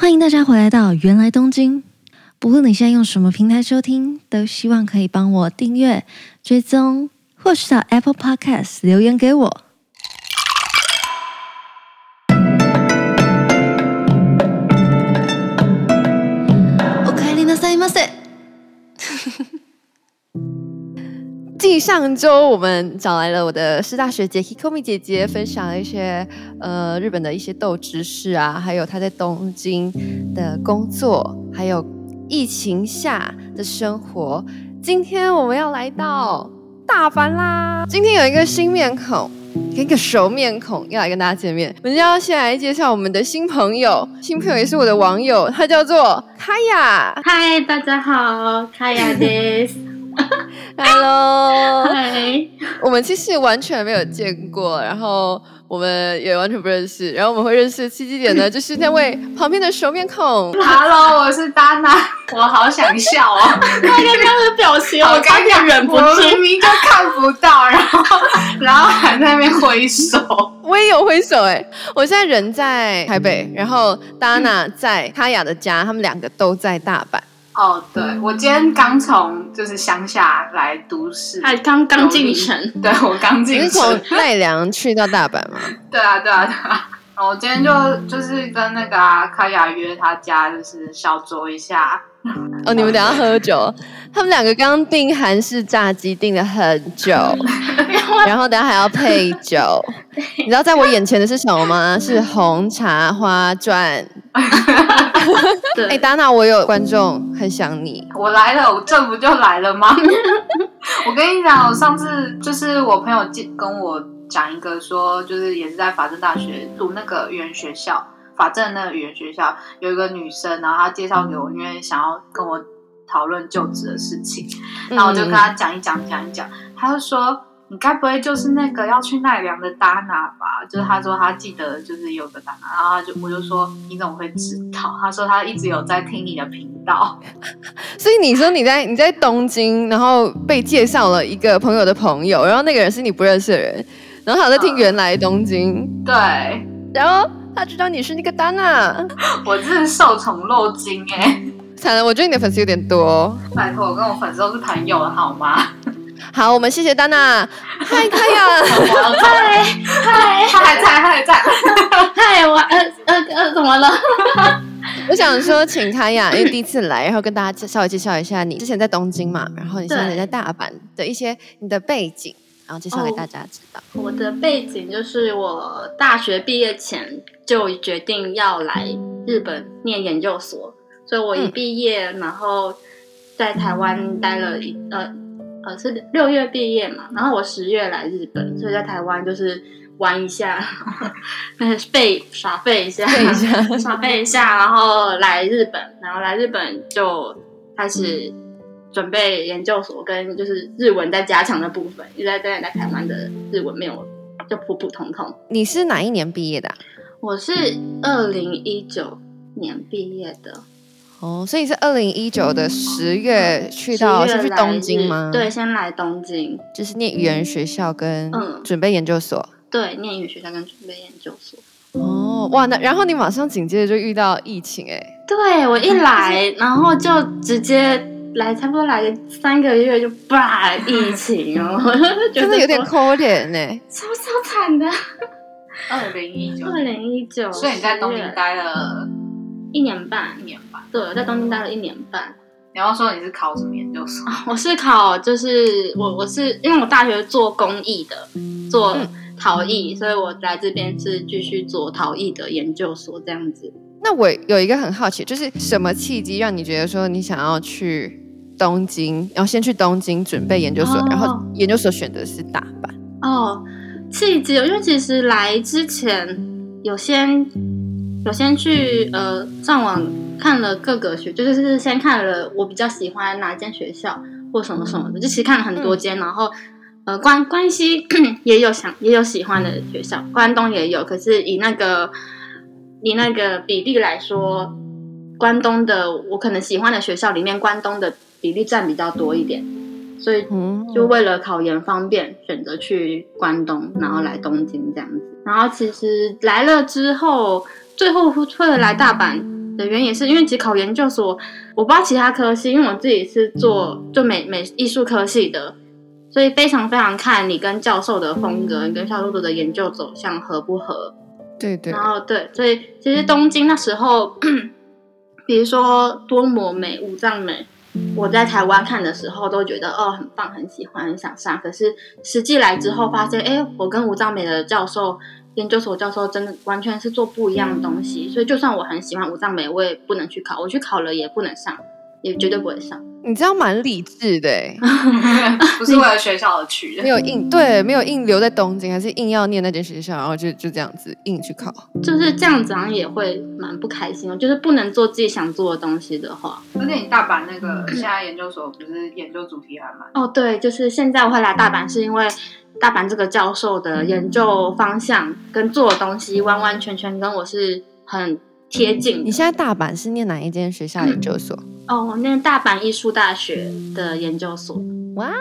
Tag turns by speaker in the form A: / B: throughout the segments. A: 欢迎大家回来到原来东京。不论你现在用什么平台收听，都希望可以帮我订阅、追踪，或是到 Apple Podcast 留言给我。おかえりなさいませ。
B: 继上周我们找来了我的师大学姐 Hikomi 姐姐，分享了一些呃日本的一些豆知识啊，还有她在东京的工作，还有疫情下的生活。今天我们要来到大阪啦！今天有一个新面孔，跟一个熟面孔要来跟大家见面。我们要先来介绍我们的新朋友，新朋友也是我的网友，他叫做卡雅。
C: 嗨，大家好，卡雅です。
B: Hello，
C: 嗨，
B: 我们其实完全没有见过，然后我们也完全不认识。然后我们会认识的契机点呢，就是那位旁边的熟面孔。
D: Hello，我是丹娜，我好想笑哦！
C: 他刚刚的表情，
D: 我
C: 我
D: 刚
C: 刚
D: 刚
C: 刚忍不
D: 我
C: 住
D: 明。明就看不到，然后然后还在那边挥手。
B: 我也有挥手哎、我现在人在台北，然后达娜在卡雅的家，他们两个都在大阪。
D: 哦，对，我今天刚从就是乡下来都市，
C: 他刚刚进城，
D: 对我刚
B: 你
D: 进
B: 是从
D: 城，
B: 奈良去到大阪吗？
D: 对啊，对啊，对啊。然后我今天就就是跟那个啊卡雅约他家，就是小酌一下。
B: 哦，你们等一下喝酒。他们两个刚订韩式炸鸡，订了很久，然后等一下还要配酒。你知道在我眼前的是什么吗？是红茶花钻。哎、
C: 对，
B: 达娜，我有观众很想你，
D: 我来了，我这不就来了吗？ 我跟你讲，我上次就是我朋友介跟我讲一个说，就是也是在法政大学读那个语言学校，法政那个语言学校有一个女生，然后她介绍给我，因为想要跟我讨论就职的事情，然后我就跟她讲一讲讲一讲，她就说。你该不会就是那个要去奈良的达娜吧？就是她说她记得就是有个达娜，然后她就我就说你怎么会知道？她说她一直有在听你的频道，
B: 所以你说你在你在东京，然后被介绍了一个朋友的朋友，然后那个人是你不认识的人，然后他有在听原来东京，
D: 对，
B: 然后他知道你是那个达娜。
D: 我真是受宠若惊哎、
B: 惨了，我觉得你的粉丝有点多哦、
D: 拜托，我跟我粉丝都是朋友了好吗？
B: 好，我们谢谢丹娜。嗨，开呀！
C: 嗨嗨
D: 他还在，他还在。
C: 嗨，我呃呃呃，怎么了？
B: 我想说，请开呀，因为第一次来，然后跟大家稍微介绍一下你之前在东京嘛，然后你现在
C: 对
B: 在大阪的一些你的背景，然后介绍给大家知道。
C: 我的背景就是我大学毕业前就决定要来日本念研究所，所以我一
B: 嗯
C: 毕业，然后在台湾待了一呃呃是六月毕业嘛，然后我十月来日本，所以在台湾就是玩一下， 那废耍废一下，
B: 背一下，
C: 耍废一下， 然后来日本，然后来日本就开始准备研究所跟就是日文在加强的部分，因为在在在台湾的日文没有就普普通通。
B: 你是哪一年毕业的啊、
C: 我是二零一九年毕业的，
B: 哦，所以是二零一九的十月去到，
C: 10月
B: 是去
C: 来
B: 东京
C: 日
B: 吗？
C: 对，，先来东京，
B: 就是念语言学校跟
C: 嗯
B: 准备研究所。
C: 对，念语学校跟准备研究所。
B: 哦，哇，那然后你马上紧接着就遇到疫情，哎，
C: 对我一 来，然后就直接来，差不多来个三个月就吧疫情哦，我 就觉得
B: 真的有点
C: 说
B: 可怜哎呢。
C: 超超惨的。
D: 二零一九，
C: 二零一九，
D: 所以你在东京待了
C: 一年半
D: 一，年吧？
C: 对，我在东京待了一年半。
D: 你要说你是考什么研究 所？
C: 哦我是考，就是我我是因为我大学做公益的，做陶艺，所以我来这边是继续做陶艺的研究所这样子。
B: 那我有一个很好奇，就是什么契机让你觉得说你想要去东京，然后先去东京准备研究所，
C: 哦
B: 然后研究所选择是大阪？
C: 哦，契机，因为其实来之前有先有先去呃上网看了各个学，就是是先看了我比较喜欢哪间学校或什么什么的，就其实看了很多间，然后呃关关西 也有想也有喜欢的学校，关东也有，可是以那个以那个比例来说，关东的我可能喜欢的学校里面，关东的比例占比较多一点，所以
B: 嗯，
C: 就为了考研方便，选择去关东，然后来东京这样子。然后其实来了之后，最后会来大阪的原因也是因为其实考研究所，我不知道其他科系，因为我自己是做就美美艺术科系的，所以非常非常看你跟教授的风格，你跟教授做的研究走向合不合。
B: 对对
C: 然后对，所以其实东京那时候， 比如说多摩美、五藏美，我在台湾看的时候都觉得哦很棒，很喜欢，很想上。可是实际来之后发现，哎，我跟五藏美的教授、研究所教授真的完全是做不一样的东西。所以就算我很喜欢五藏美，我也不能去考，我去考了也不能上，也绝对不会上。
B: 你这样蛮理智的 欸，
D: 不是为了学校而去的
B: 没。有硬对，没有硬留在东京，还是硬要念那间学校，然后就就这样子硬去考。
C: 就是这样子，好像也会蛮不开心的。就是不能做自己想做的东西的话，
D: 而且你大阪那个现在研究所不是研究主题还蛮
C: 哦，对，就是现在我会来大阪，是因为
B: 嗯
C: 大阪这个教授的研究方向跟做的东西完完全全跟我是很贴
B: 嗯
C: 近
B: 你
C: 的。
B: 现在大阪是念哪一间学校研究所？
C: 哦，我念大阪艺术大学
B: 嗯
C: 的研究所，
B: 哇！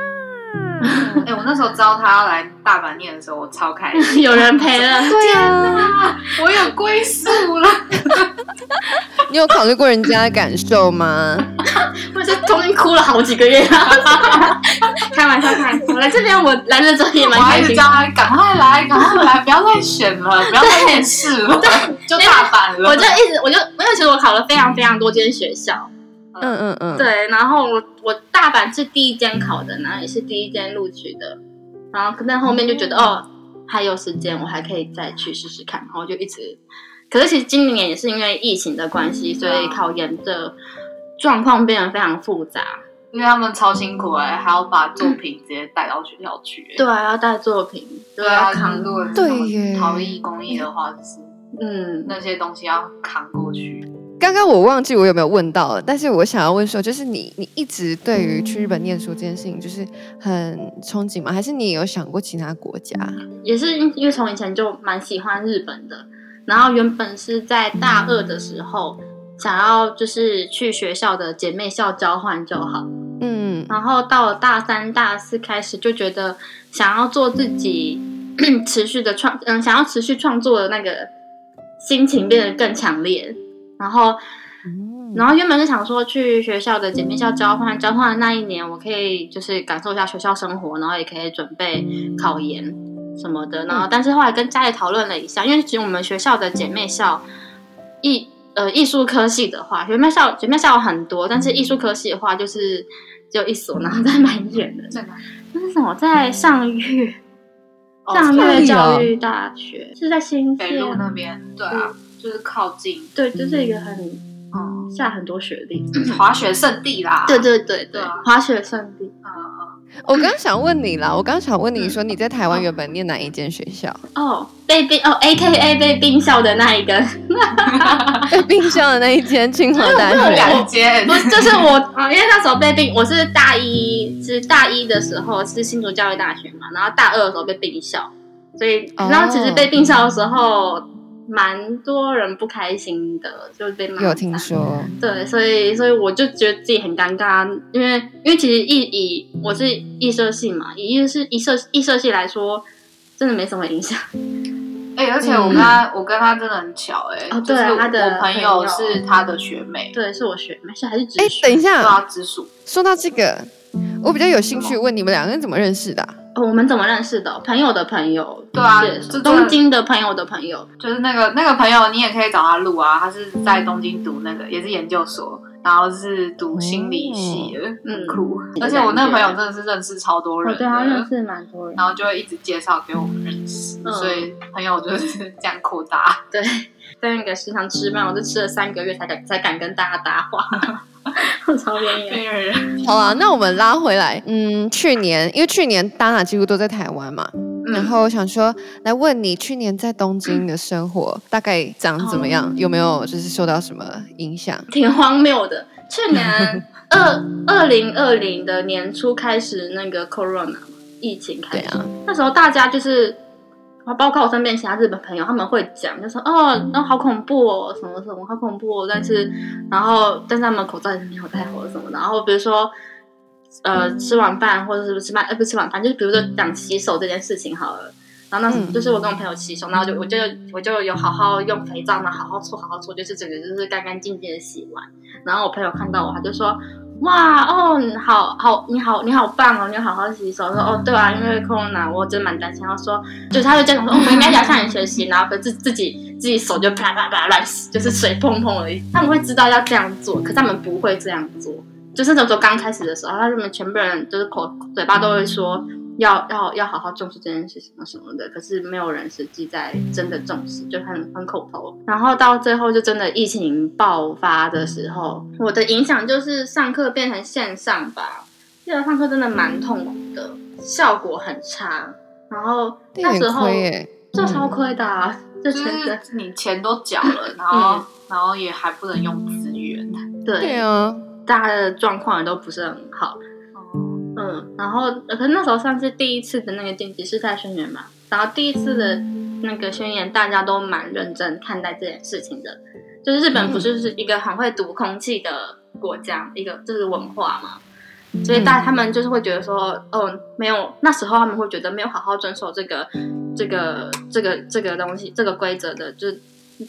C: 嗯
D: 哎、我那时候知道他要来大阪念的时候，我超开心，
C: 有人陪了。
B: 对啊，
D: 我有归宿了。
B: 你有考虑过人家的感受吗？
C: 我是中间哭了好几个月， 开玩笑，开玩笑。我来这边，我来了之后也
D: 我
C: 蛮
D: 还
C: 开
D: 一直
C: 心
D: 叫
C: 的。
D: 他赶快来，赶快来，不要再选了，不要再面试了，就大阪了。
C: 我就一直，我就，因为其实我考了非常非常多间学校，
B: 嗯嗯嗯，
C: 对，然后我我大阪是第一间考的，然后也是第一间录取的，然后但后面就觉得哦，还有时间，我还可以再去试试看，然后就一直，可是其实今年也是因为疫情的关系，所以考研的状况变得非常复杂，
D: 因为他们超辛苦哎、还要把作品直接带到学校去、哎
C: 嗯对啊，要带作品，对
D: 对啊，
C: 要
D: 扛
C: 扛，
D: 如果
B: 对耶
D: 陶艺工艺的话，就是
C: 嗯，
D: 那些东西要扛过去。
B: 刚刚我忘记我有没有问到了，但是我想要问说，就是你你一直对于去日本念书这件事情，就是很憧憬吗？还是你有想过其他国家？
C: 也是因因为从以前就蛮喜欢日本的，然后原本是在大二的时候想要就是去学校的姐妹校交换就好。
B: 嗯，
C: 然后到了大三、大四开始，就觉得想要做自己 持续的创，嗯，想要持续创作的那个心情变得更强烈。然后，
D: 嗯
C: 然后原本是想说去学校的姐妹校交换，交换的那一年，我可以就是感受一下学校生活，然后也可以准备考研什么的。
D: 嗯
C: 然后，但是后来跟家里讨论了一下，因为其实我们学校的姐妹校艺呃艺术科系的话，学妹校姐妹校有很多，但是艺术科系的话就是只有一所，然后在蛮远的。
D: 在哪？
C: 那是什么？在上越
D: 哦
B: 上
C: 上越
B: 越
C: 教育大学是在新
D: 北
C: 店，
D: 路那边，对啊，就是靠近
C: 对，就是一个很
D: 嗯
C: 下很多雪地，
D: 滑雪圣地啦。
C: 嗯对对对对
D: 嗯对啊，
C: 滑雪圣地。
D: 嗯，嗯
B: 我刚想问你啦，我刚想问你说你在台湾原本念哪一间学校？
C: 哦，被冰哦，A K A 被冰校的那 一个，
B: 被冰箱的那一间清华大
D: 嗯，
B: 学。
D: 感觉
C: 不是就是我啊，因为那时候被并，我是大一，是大一的时候是新竹教育大学嘛，然后大二的时候被并校，所以
B: 哦
C: 然后其实被并校的时候，蛮多人不开心的，就是被骂。
B: 有听说，
C: 对，所以所以我就觉得自己很尴尬，因为因为其实艺以我是艺社系嘛，以艺是艺社艺社系来说，真的没什么影响。
D: 哎、而且我跟他，我跟他真的很巧哎、
C: 嗯哦
D: 就
C: 对
D: 是
C: 他的
D: 我朋友
C: 朋友
D: 是他的学妹，
C: 对，是我学妹，是还是直
B: 哎、
C: 属
B: 等一
D: 对
B: 下，
D: 啊，直属。
B: 说到这个，我比较有兴趣问你们两个人怎么认识的啊、
C: 哦我们怎么认识的？朋友的朋友，
D: 对啊
C: 是
D: 这真的
C: 东京的朋友的朋友，
D: 就是那个那个朋友，你也可以找他录啊。他是在东京读那个，也是研究所，然后是读心理系的，
C: 嗯
D: 很酷。
C: 嗯
D: 而且我那个朋友真的是认识超多
C: 哦
D: 人的，
C: 啊识蛮多人
D: 然后就会一直介绍给我们认识，
C: 嗯
D: 所以朋友就是 这样扩大。
C: 对，在那个食堂吃饭，我就吃了三个月才敢才敢跟大家搭话， 我超边缘。
D: 对，
B: 好啊，
C: 嗯
B: 那我们拉回来，嗯，去年因为去年 Dana 几乎都在台湾嘛，
C: 嗯
B: 然后我想说来问你，去年在东京的生活大概长怎么
C: 哦
B: 样？有没有就是受到什么影响？
C: 挺荒谬的。去年二二零二零的年初开始那个 corona 嘛疫情开
B: 对
C: 始，
B: 啊，
C: 那时候大家就是，包括我身边其他日本朋友，他们会讲，就说
B: 嗯
C: 哦，那、好恐怖哦，什么什么好恐怖、哦，但是
B: 嗯
C: 然后但是他们口罩也是没有戴好的什么的，然后比如说。呃，吃完饭或者是吃饭，呃，不是吃完饭，就是比如说讲洗手这件事情好了，然后那时
B: 嗯
C: 候就是我跟我朋友骑手，然后就我就我就有好好用肥皂嘛，好好搓，好好搓，就是整个就是干干净净的洗完。然后我朋友看到我，他就说：“哇哦，你好好，你好你好棒哦，你有好好洗手。”我说：“哦，对啊，因为 corona 我真蛮担心。”他说：“就是他就这样说，哦我应该要向你学习，然后可自自己自己手就啪啪啪乱洗，就是水碰碰而已。他们会知道要这样做，可他们不会这样做。”就是那时候刚开始的时候，他们全部人就是口嘴巴都会说要要要好好重视这件事情什么的，可是没有人实际在真的重视，就很很口头。然后到最后就真的疫情爆发的时候，我的影响就是上课变成线上吧，线上上课真的蛮痛苦的，效果很差。然后
B: 这有
C: 那时
B: 点
C: 候
B: 亏耶。
C: 这超亏的、啊，这
D: 就
C: 真的
D: 是你钱都缴了，然后、然后也还不能用资源。
B: 对啊，
C: 大家的状况也都不是很好。
D: 哦
C: 嗯，然后呃可是那时候算是第一次的那个电子世态宣言嘛，然后第一次的那个宣言，大家都蛮认真看待这件事情的。就是日本不是是一个很会读空气的国家，一个就是文化嘛，所以大他们就是会觉得说，哦，没有，那时候他们会觉得没有好好遵守这个这个这个这个东西这个规则的，就是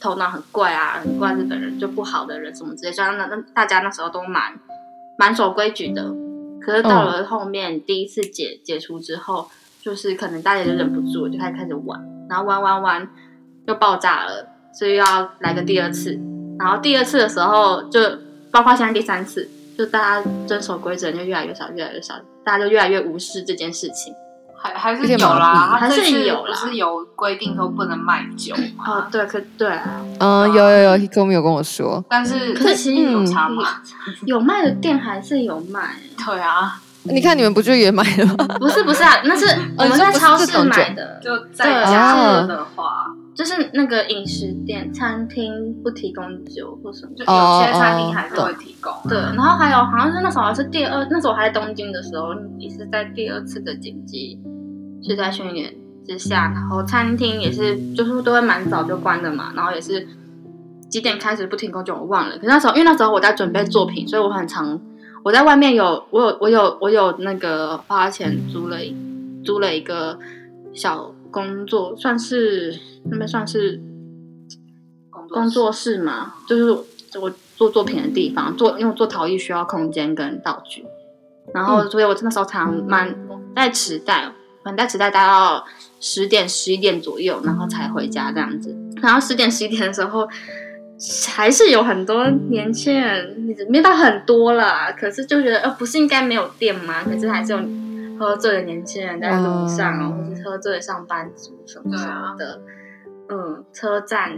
C: 头脑很怪啊，很怪日本人就不好的人什么之类，所以那那大家那时候都蛮蛮守规矩的。可是到了后面、第一次解解除之后，就是可能大家就忍不住，就开始开始玩，然后玩玩玩又爆炸了，所以要来个第二次。然后第二次的时候，就包括现在第三次，就大家遵守规则就越来越少，越来越少，大家就越来越无视这件事情。
D: 还还是
B: 有点
D: 有啦，
B: 麻
C: 痹
D: 他这
C: 还是
D: 次
C: 有
D: 不
C: 啦
D: 是有规定说不能卖酒嘛？
C: 哦，对，可对啊，
B: 嗯，有有有，Hikomi 有跟我说，
D: 但是
C: 可是嗯其实
D: 有差吗？
C: 有卖的店还是有卖，
D: 对啊，
C: 嗯
B: 你看你们不就也买了吗？
C: 不是不是啊，那是我们在超市买的，
D: 就在家的话，
C: 就是那个饮食店、餐厅不提供酒或什么。
D: 就有些餐厅还是会提供。
C: 对，然后还有好像是那时候好像是第二，那时候我还在东京的时候，也是在第二次的紧急是在宣言之下，然后餐厅也是就是都会蛮早就关的嘛，然后也是几点开始不停工酒我忘了，可是那时候因为那时候我在准备作品，所以我很常我在外面有我有我有我有那个花钱租了一租了一个小工作，算是那边算是
D: 工
C: 工作室嘛，就是我做作品的地方，做因为我做陶艺需要空间跟道具，然后所以我那时候常蛮在池袋，可能在池袋待到十点十一点左右，然后才回家这样子。然后十点十一点的时候，还是有很多年轻人，没到很多啦，可是就觉得呃，不是应该没有店吗？可是还是有喝醉的年轻人在路上，
B: 嗯
C: 或是喝醉的上班族什么
D: 对
C: 什
D: 啊
C: 么的。嗯，车站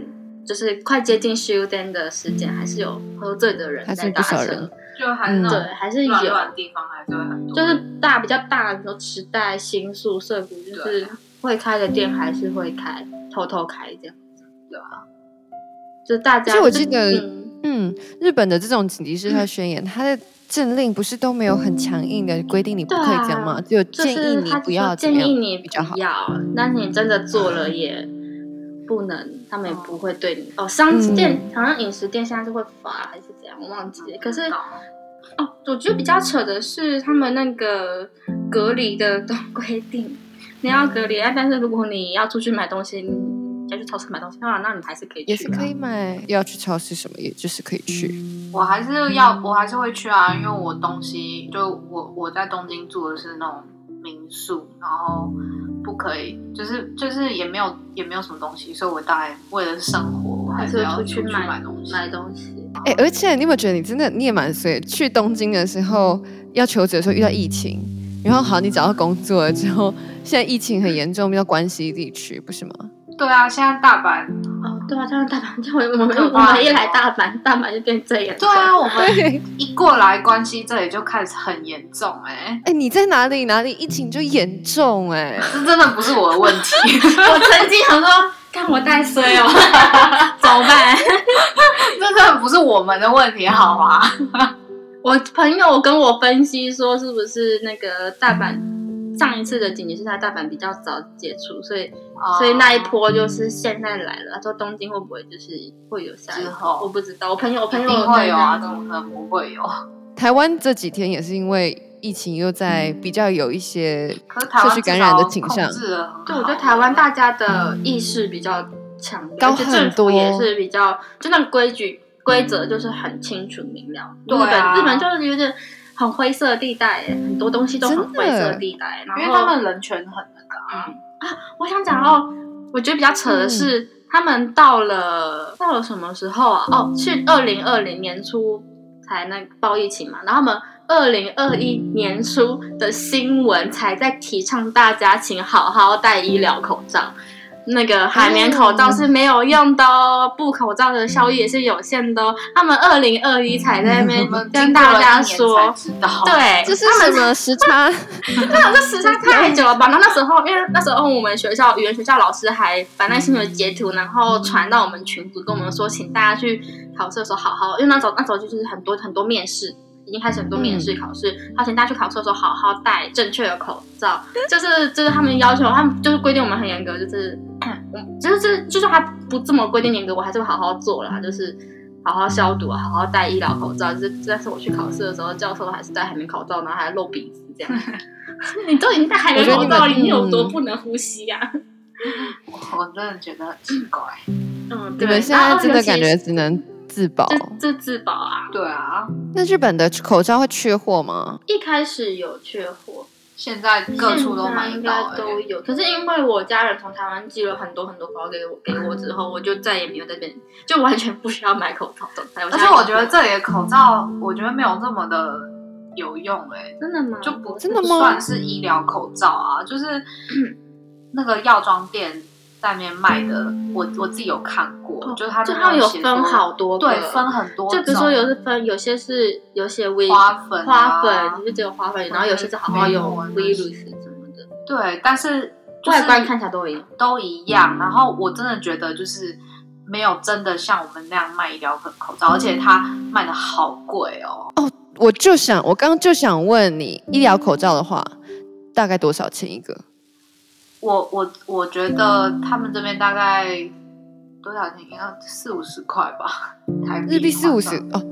C: 就是快接近 s h u d e n 的时间，还是有喝醉的人
B: 还是
C: 在搭
B: 不少
C: 车
B: 人，
D: 就还是那
C: 对，
D: 种
C: 还是有。
D: 嗯乱乱的地方还是会很多。
C: 就是大比较大的时候，池袋、新宿、涩谷，就
D: 对
C: 是
D: 啊
C: 会开的店还是会开，偷偷开这样子，
D: 对
C: 啊？就大家，
B: 而且我记得
C: 嗯
B: 嗯，日本的这种紧急事态宣言，它的政令不是都没有很强硬的规定你不可以这样吗？就
C: 啊就
B: 建议
C: 是
B: 你
C: 他
B: 不
C: 就
B: 要
C: 说
B: 怎
C: 建
B: 么样
C: 议你
B: 比较好
C: 不。要，但是你真的做了也不能，他们也不会对你哦。商
B: 嗯
C: 店好像饮食店现在是会罚还是怎样，我忘记了。可是
D: 懂
C: 哦，我觉得比较
B: 嗯
C: 扯的是他们那个隔离的都规定， 你要隔离，啊但是如果你要出去买东西，你要去超市买东西的话，那你还是可以去、啊，
B: 也是可以买，要去超市什么，也就是可以去。
D: 我还是要，我还是会去啊，因为我东西就我我在东京住的是那种民宿，然后不可以，就是就是也没有也没有什么东西，所以我大概为了生活，我
C: 还
D: 还是
C: 是
D: 要
C: 会出
D: 去
C: 去买
D: 买东西。
C: 买东西。
B: 哎、而且你有没有觉得你真的你也蛮衰？去东京的时候要求职的时候遇到疫情，然后好你找到工作了之后，现在疫情很严重，遇到关西地区不是吗？
D: 对啊，现在大阪，
C: 哦，对啊，像大阪，像我们
D: 可
C: 我
D: 怕
C: 们一来大阪，大阪就变这样。
D: 对啊，我们
B: 对，哎、
D: 一过来关西这里就开始很严重、哎，
B: 你在哪里哪里疫情就严重哎、
D: 这真的不是我的问题，
C: 我曾经想说，看我太衰 哦，怎么办？
D: 这真的不是我们的问题，好吗？
C: 我朋友跟我分析说，是不是那个大阪上一次的紧急事态，大阪比较早解除，所以哦所以
D: 哦
C: 那一波就是现在来了。他说东京会不会就是会有下一
D: 之
C: 波？
D: 后
C: 我不知道，我朋友我朋
D: 一
C: 友
D: 哦定会有啊，
C: 在
D: 怎
C: 那
D: 么可能不会有？
B: 台湾这几天也是因为疫情又在比较有一些
D: 可是台
B: 社
D: 湾
B: 区感染的
D: 至少
B: 倾
D: 控
B: 向，
D: 制得很好
C: 对，我觉得台湾大家的意识比较强烈，
B: 高
C: 而且政
B: 很多
C: 府也是比较，就那个规矩规则就是很清楚明了。
D: 嗯对
C: 日本
D: 啊
C: 日本就是有点很灰色地带耶，很多东西都很
B: 真的
C: 灰色地带。然后
D: 因为他们人权很那个啊，
C: 我想讲哦，我觉得比较扯
D: 嗯
C: 的是，他们到了到了什么时候啊？哦，是二零二零年初才那个报疫情嘛，然后他们二零二一年初的新闻才在提倡大家请好好戴医疗
D: 嗯
C: 口罩。那个海绵口
D: 哦
C: 罩是没有用的哦，布口罩的效益也是有限的哦。他们二零二一才在那
D: 我
C: 边
D: 们
C: 跟大家
D: 嗯经过
C: 说
D: 了一年才，知道，
C: 对，
B: 这是
C: 他们
B: 什么时差？
C: 对啊，这时差太久了吧？然后那时候，因为那时候我们学校语言学校老师还把那新闻截图，然后传到我们群组，跟我们说，请大家去考试的时候好好，因为那时候那时候就是很多很多面试。已经开始很多面试考试，他请大家去考试的时候好好戴正确的口罩，就是就是他们要求，他们就是规定我们很严格，就是，嗯就是就算他不这么规定严格，我还是会好好做啦，就是好好消毒，好好戴医疗口罩。就是但是我去考试的时候，教授还是戴海绵口罩，然后还露鼻子这样。 你都已经戴海绵口
B: 我
C: 罩，
B: 觉得你
C: 里
B: 们
C: 你有多不能呼吸啊？
D: 我真的觉得很奇怪。
C: 嗯，
B: 你
C: 对。
B: 们现在真的感
C: 然
B: 觉
C: 后尤其
B: 只能自保。
C: 这这自保啊，
D: 对啊，
B: 那日本的口罩会缺货吗？
C: 一开始有缺货，
D: 现在各处都买
C: 现
D: 得
C: 在应
D: 到、
C: 该
D: 欸，
C: 都有。可是因为我家人从台湾寄了很多很多口罩给我给我之后，我就再也没有在这边，就完全不需要买口罩的状态。
D: 而且我觉得这里的口罩，我觉得没有那么的有用、欸，
C: 真的吗？
D: 就不
B: 真的吗
D: 不算是医疗口罩 啊，就是那个药妆店在那边卖的，我我自己有看过，
C: 哦
D: 就是它
C: 就
D: 们
C: 他们有
D: 有写
C: 分
D: 说
C: 好多个，
D: 对，分很多种，
C: 就比如说有是分，有些是有些微
D: 花粉、
C: 花
D: 啊、
C: 粉，就只有花粉，然后有些是好像有
D: 或者是
C: virus 什么的，
D: 对，但是、就是、
C: 外观看起来都一样。
D: 都一样。然后我真的觉得就是没有真的像我们那样卖医疗口罩，而且它卖的好贵哦。
B: 我就想，我刚刚就想问你，医疗口罩的话，大概多少钱一个？
D: 我我我觉得他们这边大概多少钱？应该四五十块吧，台币
B: 日币四五十
D: 换算。
B: 哦。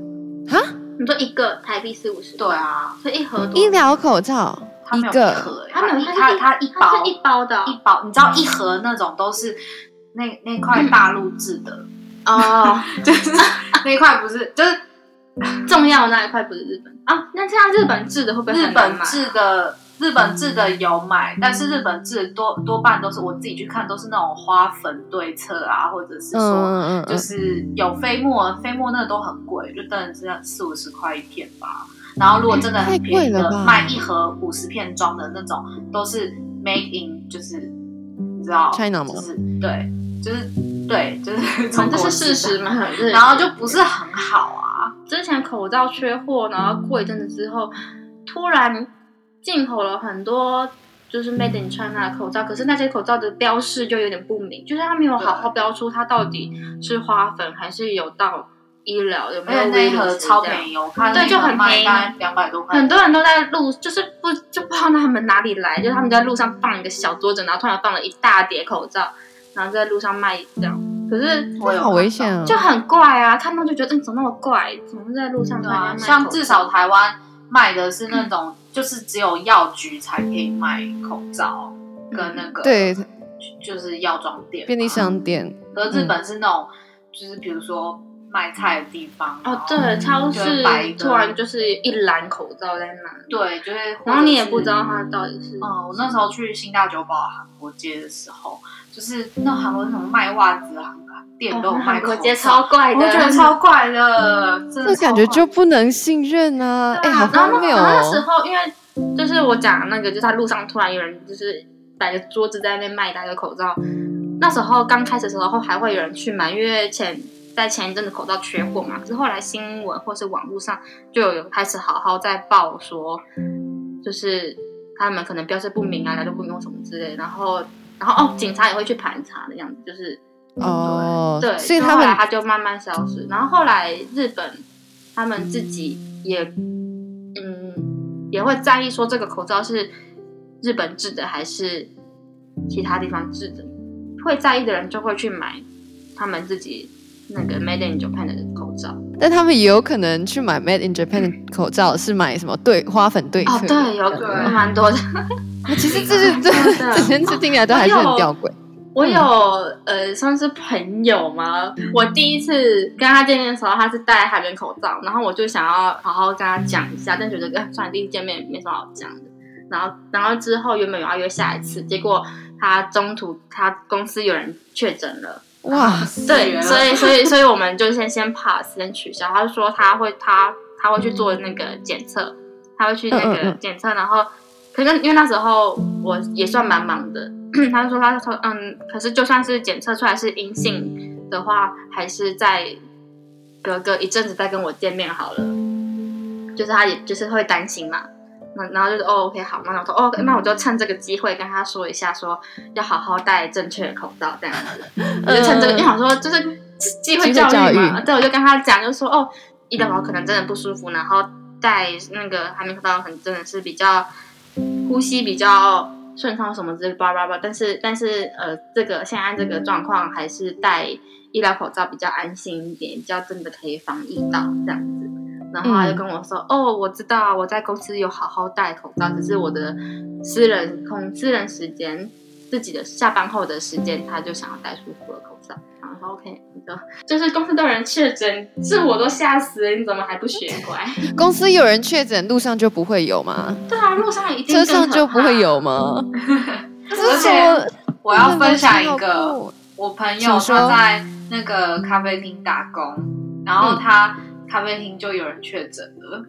C: 你说一个台币四五十，
D: 对，啊，
C: 所以一盒多
B: 医疗口罩
D: 它没有
B: 一个
D: 盒、欸，
C: 它没有，
D: 它
C: 是
D: 它一包
C: 它是一包的
D: 一
C: 哦
D: 包，你知道一盒那种都是那那块大陆制的，
C: 哦，
D: 就是那块不是就是
C: 重要的那一块不是日本啊？那现在日本制的会不会
D: 日
C: 很难
D: 本
C: 买？嗯
D: 制的，日本制的有买，但是日本制的多多半都是我自己去看，都是那种花粉对策啊，或者是
B: 嗯
D: 说
B: 嗯嗯
D: 就
B: 嗯，
D: 是有飞沫，飞沫那个都很贵，就真的是四五十块一片吧。然后如果真的很便宜
B: 太贵
D: 的
B: 了，吧
D: 卖一盒五十片装的那种，都是 made in，就是你知道
B: China 吗
D: 就是对，就是对，就是
C: 反正
D: 中国
C: 这是事
D: 制
C: 实
D: 的，
C: 嘛，对
D: 然后就不是很好啊。
C: 之前口罩缺货，然后过一阵子之后，突然进口了很多就是 Made in China 的口罩，可是那些口罩的标示就有点不明，就是它没有好好标出它到底是花粉还是有到医疗有没
D: 而
C: 有
D: 且那一盒
C: virus
D: 超
C: 这样
D: 便宜，我看
C: 对就很便宜
D: 两百多块，
C: 很多人都在路，就是不就不知道他们哪里来，就是他们在路上放一个小桌子，然后突然放了一大叠口罩，然后在路上卖这样。可是
D: 我有
B: 好危
D: 看
B: 险
D: 到
B: 啊！
C: 就很怪啊，看到就觉得嗯，怎么那么怪？怎么在路上突
D: 对
C: 然
D: 啊，
C: 间卖口罩？
D: 像至少台湾卖的是那种，就是只有药局才可以卖口罩，跟那个
B: 对，
D: 就是药妆店嘛
B: 便利。商店
D: 可是日本是那种，就是比如说卖菜的地方
C: 哦，，对，超
D: 就会摆一
C: 市
D: 个
C: 突然就是一篮口罩在那，
D: 然后对，就是
C: 然后你也不知道。它到底是哦
D: 嗯，我那时候去新大久保韩国街的时候，就是那韩国那种卖袜子的店都有
C: 哦
D: 卖
C: 韩
D: 口
C: 国
D: 罩，
C: 街超怪的，
D: 我觉得超怪的，真的
B: 这感
D: 超
B: 觉
D: 怪
B: 就不能信任啊！哎、
D: 嗯对啊
B: 好
C: 然
B: 荒
C: 后那
B: 谬
C: 然后那时
B: 哦！
C: 候，因为就是我讲那个，就是他路上突然有人就是摆个桌子在那边卖那个口罩。那时候刚开始的时候还会有人去买，因为前在前一阵子口罩缺货嘛。可是后来新闻或是网络上就有开始好好在报说，就是他们可能标示不明啊、来路不明或什么之类。然后，然后哦，警察也会去盘查的样子，就是
B: 哦，
C: 对，
B: 所以
C: 就
B: 他
C: 后来
B: 们
C: 它就慢慢消失。然后后来日本他们自己也嗯也会在意说这个口罩是日本制的还是其他地方制的，会在意的人就会去买他们自己那个 Made in Japan 的口罩。
B: 但他们也有可能去买 Made in Japan 的口罩，是买什么对花粉对
C: 哦
B: 策，的。
C: 对，有
B: 这
C: 可
B: 样
C: 能蛮多的。
B: 其实这是这
C: 真的
B: 这件事听起来都还是很吊诡。
C: 我有呃，算是朋友吗？我第一次跟他见面的时候，他是戴海绵口罩，然后我就想要好好跟他讲一下，但觉得跟算了第一次见面没什么好讲的。然后，然后之后原本有要约下一次，结果他中途他公司有人确诊了，
B: 哇，啊
C: 对，
D: 原来
C: 所以所以所以我们就先先 pass 先取消。他就说他会他他会去做那个检测，他会去那
B: 嗯嗯
C: 个
B: 嗯
C: 检测，然后可是因为那时候我也算蛮忙的， 他就说他说嗯，可是就算是检测出来是阴性的话，还是在隔个一阵子再跟我见面好了。就是他也就是会担心嘛，那然后就是哦 OK 好，那我说哦那我就趁这个机会跟他说一下说要好好戴正确的口罩这样子。我就趁这个，因为想说就是机会教育嘛，对，我就跟他讲，就说哦，医疗毛可能真的不舒服，然后戴那个海绵口罩可能真的是比较呼吸比较顺畅什么之类的，叭叭叭。但是但是呃，这个现在这个状况还是戴医疗口罩比较安心一点，比较真的可以防疫到这样子。然后他就跟我说：“哦，我知道啊，我在公司有好好戴口罩，只是我的私人空私人时间自己的下班后的时间，他就想要戴舒服的口罩。然后说 OK，你就就是公司都有人确诊，是我都吓死了，你怎么还不学乖？
B: 公司有人确诊，路上就不会有吗？
C: 对啊，路上一定
B: 车
C: 更
B: 上
C: 可
B: 就不
C: 怕
B: 会。有吗？
C: 而
B: 这是
D: 而且
B: 什么
D: 我要分享一
B: 真的超
D: 个，
B: 酷哦
D: 我朋
B: 请
D: 友
B: 说
D: 他在那个咖啡厅打工，然后他咖啡厅就有人确诊了，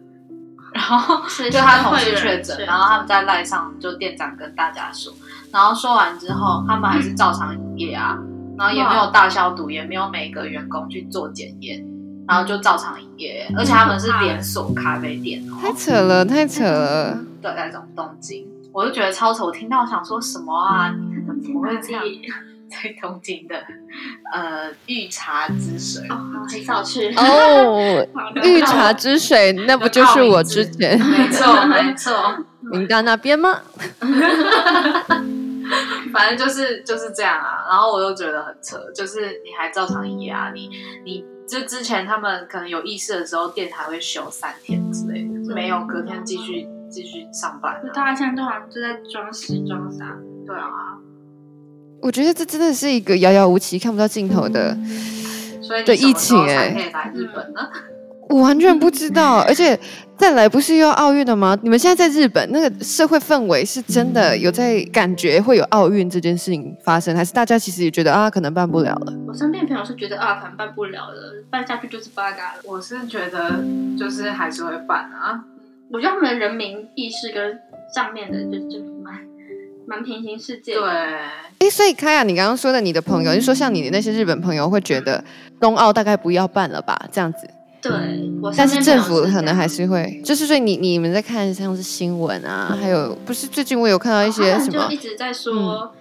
D: 然后
C: 是
D: 就他同事
C: 是
D: 确
C: 会有人确诊啊
D: 诊，然后他们在赖上就店长跟大家说，然后说完之后，他们还是照常营业啊，然后也没有大消毒，也没有每个员工去做检验，然后就照常营业，而且他们是连锁咖啡店哦，
B: 太扯了，太扯了！
D: 对，那种东京，我就觉得超丑。我听到我想说什么啊？怎么会这样？在东京的呃御茶之水，
C: 哦，好很少去。
B: 哦，绿茶
C: 之
B: 之水，那不就是我之前
D: 没 错没错，
B: 明大那边吗？
D: 反正就是就是这样啊。然后我又觉得很扯，就是你还照常营业啊，你你就之前他们可能有意识的时候，店还会休三天之类的，没有隔天继续继续上班、嗯啊。
C: 大家现在都好像就在装死装傻。
D: 对啊，
B: 我觉得这真的是一个遥遥无期、看不到尽头的。
D: 所以
B: 对
D: 你什
B: 疫
D: 么时候
B: 情
D: 才
B: 欸
D: 可以来日本呢？
B: 我完全不知道，而且再来不是又要奥运了吗？你们现在在日本，那个社会氛围是真的有在感觉会有奥运这件事情发生，还是大家其实也觉得啊，可能办不了了？
C: 我身边朋友是觉得啊，可能办不了了，办下去就是八嘎了。
D: 我是觉得就是还是会办啊。
C: 我觉得他们的人民意识跟上面的就就蛮蛮平行世界的。
D: 对，
B: 诶，所以开亚，你刚刚说的你的朋友，就说像你的那些日本朋友会觉得冬奥大概不要办了吧，这样子。
C: 对，我身
B: 但
C: 边
B: 是
C: 朋友
B: 政府可
C: 这
B: 能
C: 样
B: 还是会，就是所以你你们在看像是新闻啊，还有不是最近我有看到一些
C: 他
B: 什
C: 们
B: 么
C: 嗯啊
B: 嗯
C: 就一直在说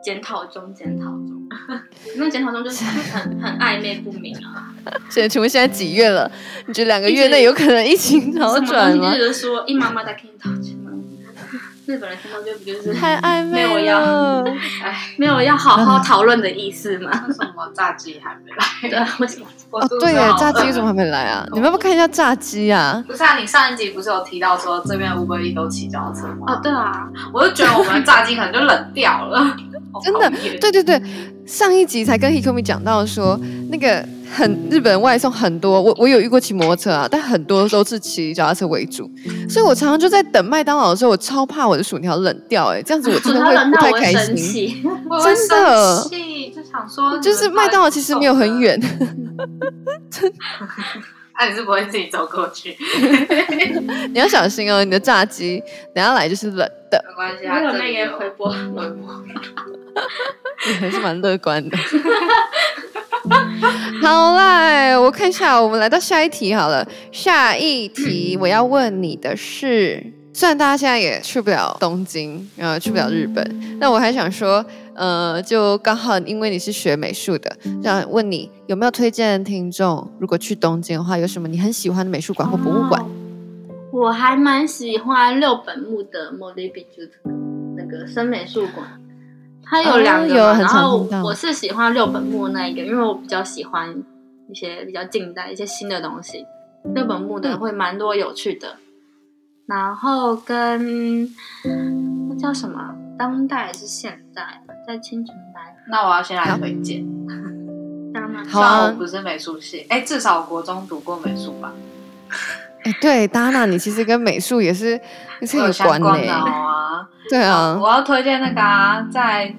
C: 检讨中，检讨中。 那检讨中就是很很暧昧不明啊，
B: 现在请问现在几月了？你觉得两个
C: 一
B: 月
C: 直
B: 内有可能疫情
C: 什
B: 好
C: 么
B: 转
C: 东
B: 吗
C: 西？就是说一妈妈在听到什 么，日本人听到这不就是
B: 太暧昧
C: 没有要
B: 了。哦
D: 哎，
C: 没有要好好讨论的意思 吗？
D: 为什么炸鸡还没来？
B: 啊
C: 对，啊为什么？
D: 我
B: 哦
D: 肚，子
B: 对耶
D: 好，饿
B: 炸鸡为什么还没来 啊？你们要不要看一下炸鸡啊？
D: 不是啊，你上一集不是有提到说这边乌龟都骑脚踏车吗？
C: 哦，对啊，
D: 我就觉得我们的炸鸡可能就冷掉 了，哦好
B: 真的
D: 讨厌，
B: 对对对，上一集才跟 Hikomi 讲到说，那个很日本外送很多，我我有遇过骑摩托车啊，但很多都是骑脚踏车为主，所以我常常就在等麦当劳的时候，我超怕我的薯条冷掉、欸，哎，这样子我真
C: 主
B: 的
C: 要
B: 会
C: 冷
B: 不
C: 到
B: 太
C: 我会
B: 开
C: 生
B: 心。
C: 气。
D: 我会
B: 真的
D: 生气，就想说
B: 就是麦当劳其实没有很，远，
D: 那、 啊、你是不会自己走过去，
B: 你要小心哦，你的炸鸡等下来就是冷的，
D: 没关系
C: 我
D: 啊，
C: 有
D: 这里
C: 那个回波，
D: 回波，
B: 你还是蛮乐观的。好啦，我看一下，我们来到下一题好了。下一题我要问你的是，虽然大家现在也去不了东京，呃，去不了日本，但我还想说，呃，就刚好因为你是学美术的，想问你有没有推荐听众，如果去东京的话，有什么你很喜欢的美术馆或博物馆？
C: 哦我还蛮喜欢六本木的 m o l i b i j u 那个森美术馆，它有两个嘛、
B: 哦有很
C: 然
B: 常
C: 后
B: 听到
C: 我是喜欢六本木那一个，因为我比较喜欢一些比较近代一些新的东西。日本木的会蛮多有趣的，然后跟那叫什么当代还是现代，在青城白
D: 那我要先来推荐，
C: 当吗？
B: 好
D: 虽然
B: 啊
D: 我不是美术系，哎，至少我国中读过美术吧，
B: 哎，对，达娜，你其实跟美术也是也是
D: 有
B: 有
D: 相
B: 关
D: 关的
B: 呢。
D: 啊。
B: 对啊，
D: 我要推荐那个啊，在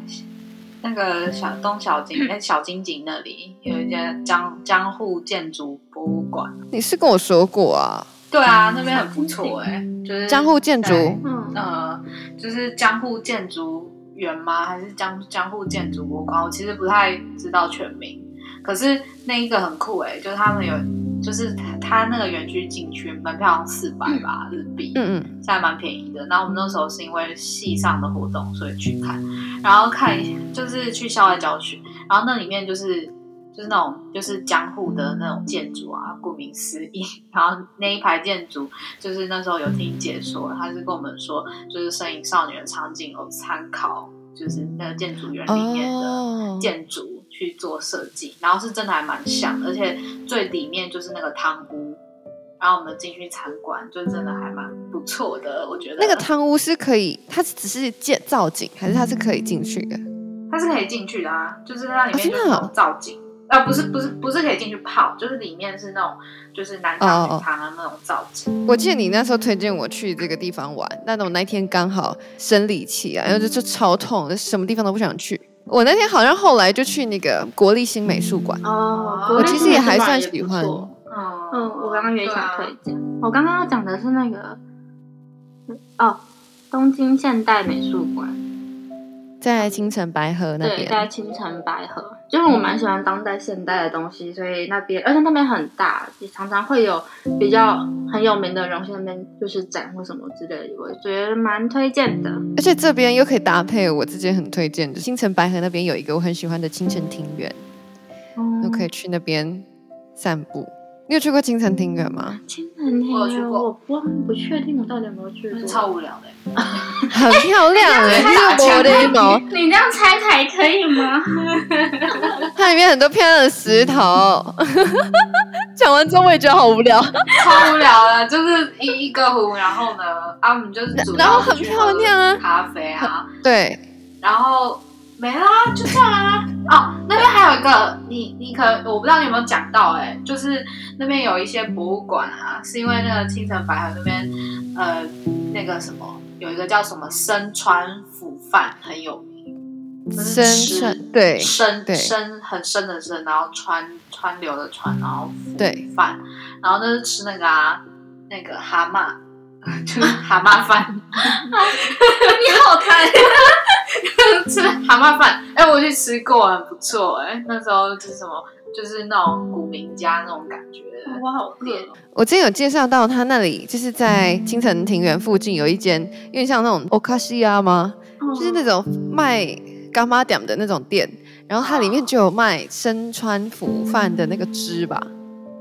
D: 那个小东小 井、哎小金井那里有一家江江户建筑博物馆。
B: 你是跟我说过啊，
D: 对啊，那边很不错哎、就是
B: 江户建筑。
C: 嗯，
D: 呃，就是江户建筑园吗？还是江江户建筑博物馆？我其实不太知道全名，可是那一个很酷哎、就是他们有，就是他他那个园区进去门票好像四百吧日币，
B: 嗯嗯，
D: 是还蛮便宜的。然后我们那时候是因为系上的活动，所以去看，然后看就是去校外教学，然后那里面就是就是那种就是江户的那种建筑啊，顾名思义。 然后那一排建筑就是那时候有听解说，他是跟我们说，就是《摄影少女》的场景有参考，就是那个建筑园里面的。
B: 嗯哦，
D: 建筑去做设计，然后是真的还蛮
B: 嗯
D: 像，而且最里面就是那个汤屋，然后我们进去参观，就真的还蛮不错的，我觉得
B: 那个汤屋是可以，它是只是建造景，还是它是可以进去的？
D: 它是可以进去的啊，就是它里面
B: 哦真
D: 就
B: 的
D: 是
B: 哦
D: 那种造景。啊，不是不是不是可以进去泡，就是里面是那种就是男
B: 哦
D: 汤
B: 哦哦
D: 女汤的那种造景。
B: 我记得你那时候推荐我去这个地方玩，但我那一天刚好生理期啊，然后就就超痛，什么地方都不想去。我那天好像后来就去那个国立新美术馆，
C: 哦，
D: 我
C: 国内
D: 其实
C: 美
B: 也
C: 术
B: 还
C: 馆
B: 算
C: 也不
B: 喜欢
C: 错
B: 哦
D: 嗯
C: 嗯，我刚刚也想
D: 对
C: 推
D: 啊
C: 荐。我刚刚要讲的是那个，嗯哦，东京现代美术馆，
B: 在青城白河那
C: 对，
B: 边。
C: 在青城白河。就是我蛮喜欢当代现代的东西，所以那边，而且那边很大，也常常会有比较很有名的人去那边就是展或什么之类的，我觉得蛮推荐的。
B: 而且这边又可以搭配我自己很推荐的青城白河那边有一个我很喜欢的青城庭园，
C: 嗯
B: 都可以去那边散步。你有去过青城庭园 吗？
C: 青城
D: 我有
C: 庭
D: 去
C: 园，
D: 过
C: 我不不确定我到底有没有去
D: 就是
C: 过。
D: 超无聊的、
B: 很漂亮哎、欸，是我的一毛，
C: 你这样拆台可以 吗？
B: 它里面很多漂亮的石头。 讲完之后我也觉得好无聊，
D: 超无聊的，就是一一个湖，然后呢，啊，我们就是主 要
B: 然后很
D: 去喝
B: 漂亮啊
D: 咖啡啊，
B: 对，
D: 然后没啦，就这样啊。哦，那边还有一个，你你可我不知道你有没有讲到、欸，哎，就是那边有一些博物馆啊，是因为那个青城白河那边，呃，那个什么，有一个叫什么深川腐饭很有名，
B: 深深对
D: 深
B: 对
D: 深很深的深，然后川川流的川，然后腐
B: 对
D: 饭，然后那是吃那个啊，那个蛤蟆。 就是蛤蟆饭，
C: 嗯你好贪。
D: 吃蛤蟆饭，哎、我去吃过，很不错，哎，那时候就是什么，就是那种古民家那种感觉的
C: 我好
D: 店
C: 饿。，
B: 我之前有介绍到，他那里就是在青城庭园附近有一间，有点像那种 okashia 吗？
C: 哦
B: 就是那种卖干妈点的那种店，然后它里面就有卖身川腐饭的那个汁吧，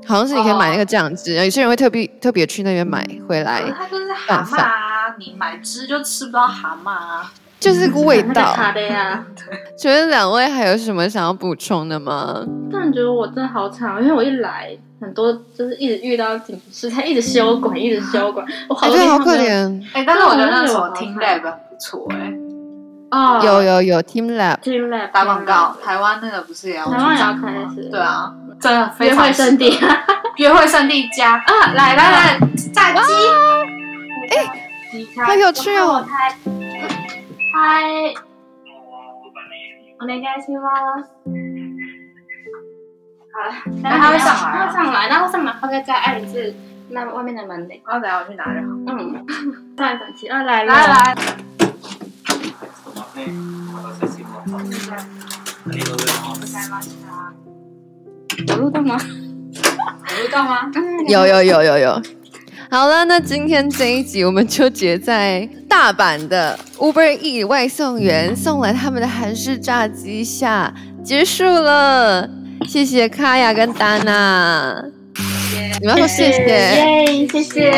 B: 好像是你可以买那个酱汁，有些人会特别特别去那边买回来
D: 可是，它就是蛤蟆啊，你买只就吃不到蛤蟆啊。
B: 就是个味
C: 那个啊
B: 道。
C: 卡的呀。
B: 觉得两位还有什么想要补充的吗？
C: 但你觉得我真的好惨，因为我一来很多就是一直遇到警示，他一直修管，一直修管，我
B: 哎，
C: 好多
B: 对，
C: 地
B: 好
C: 方
B: 可
C: 没有。
B: 怜。
D: 哎、但是我觉得那时
C: 那
D: 候
C: 啊我
D: 听
C: 好像
D: lab 很不错，哎，
C: 哦，
B: 有有有 Team Lab，
C: Dream Lab
D: 打广告，台湾那个不是也要
C: 啊台湾也要
D: 去
C: 开
D: 吗
C: 始
D: 对啊，真的非
C: 约
D: 常
C: 会圣地
D: 适合，约会圣地加
B: 嗯
D: 啊，来来来，炸鸡，
B: 啊好有趣哦！
C: 嗨，お願いします。好了，
D: 等他会上来啊
C: 他会上来，那会上来，他会在爱丽丝那外面的门里。
D: 然后等一下我去拿就好。
C: 嗯， 大展期二来了，
D: 来来，
C: 有录到吗？
D: 有味道吗？
B: 有有有有 有。好了，那今天这一集我们就结在大阪的 Uber E 外送员送来他们的韩式炸鸡下结束了。谢谢卡雅跟达娜，你们要说谢谢。
C: 耶，谢谢。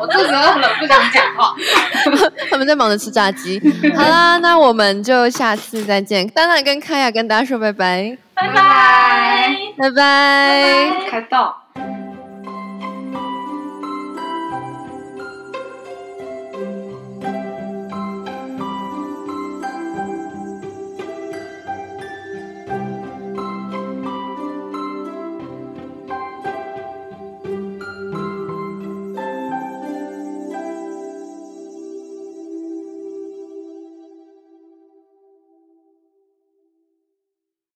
D: 我肚子饿了， 不想讲话。
B: 他们在忙着吃炸 鸡。好啦，那我们就下次再见。当然跟凯亚跟大家说拜拜，
C: 拜拜。
B: 拜拜
D: 开动。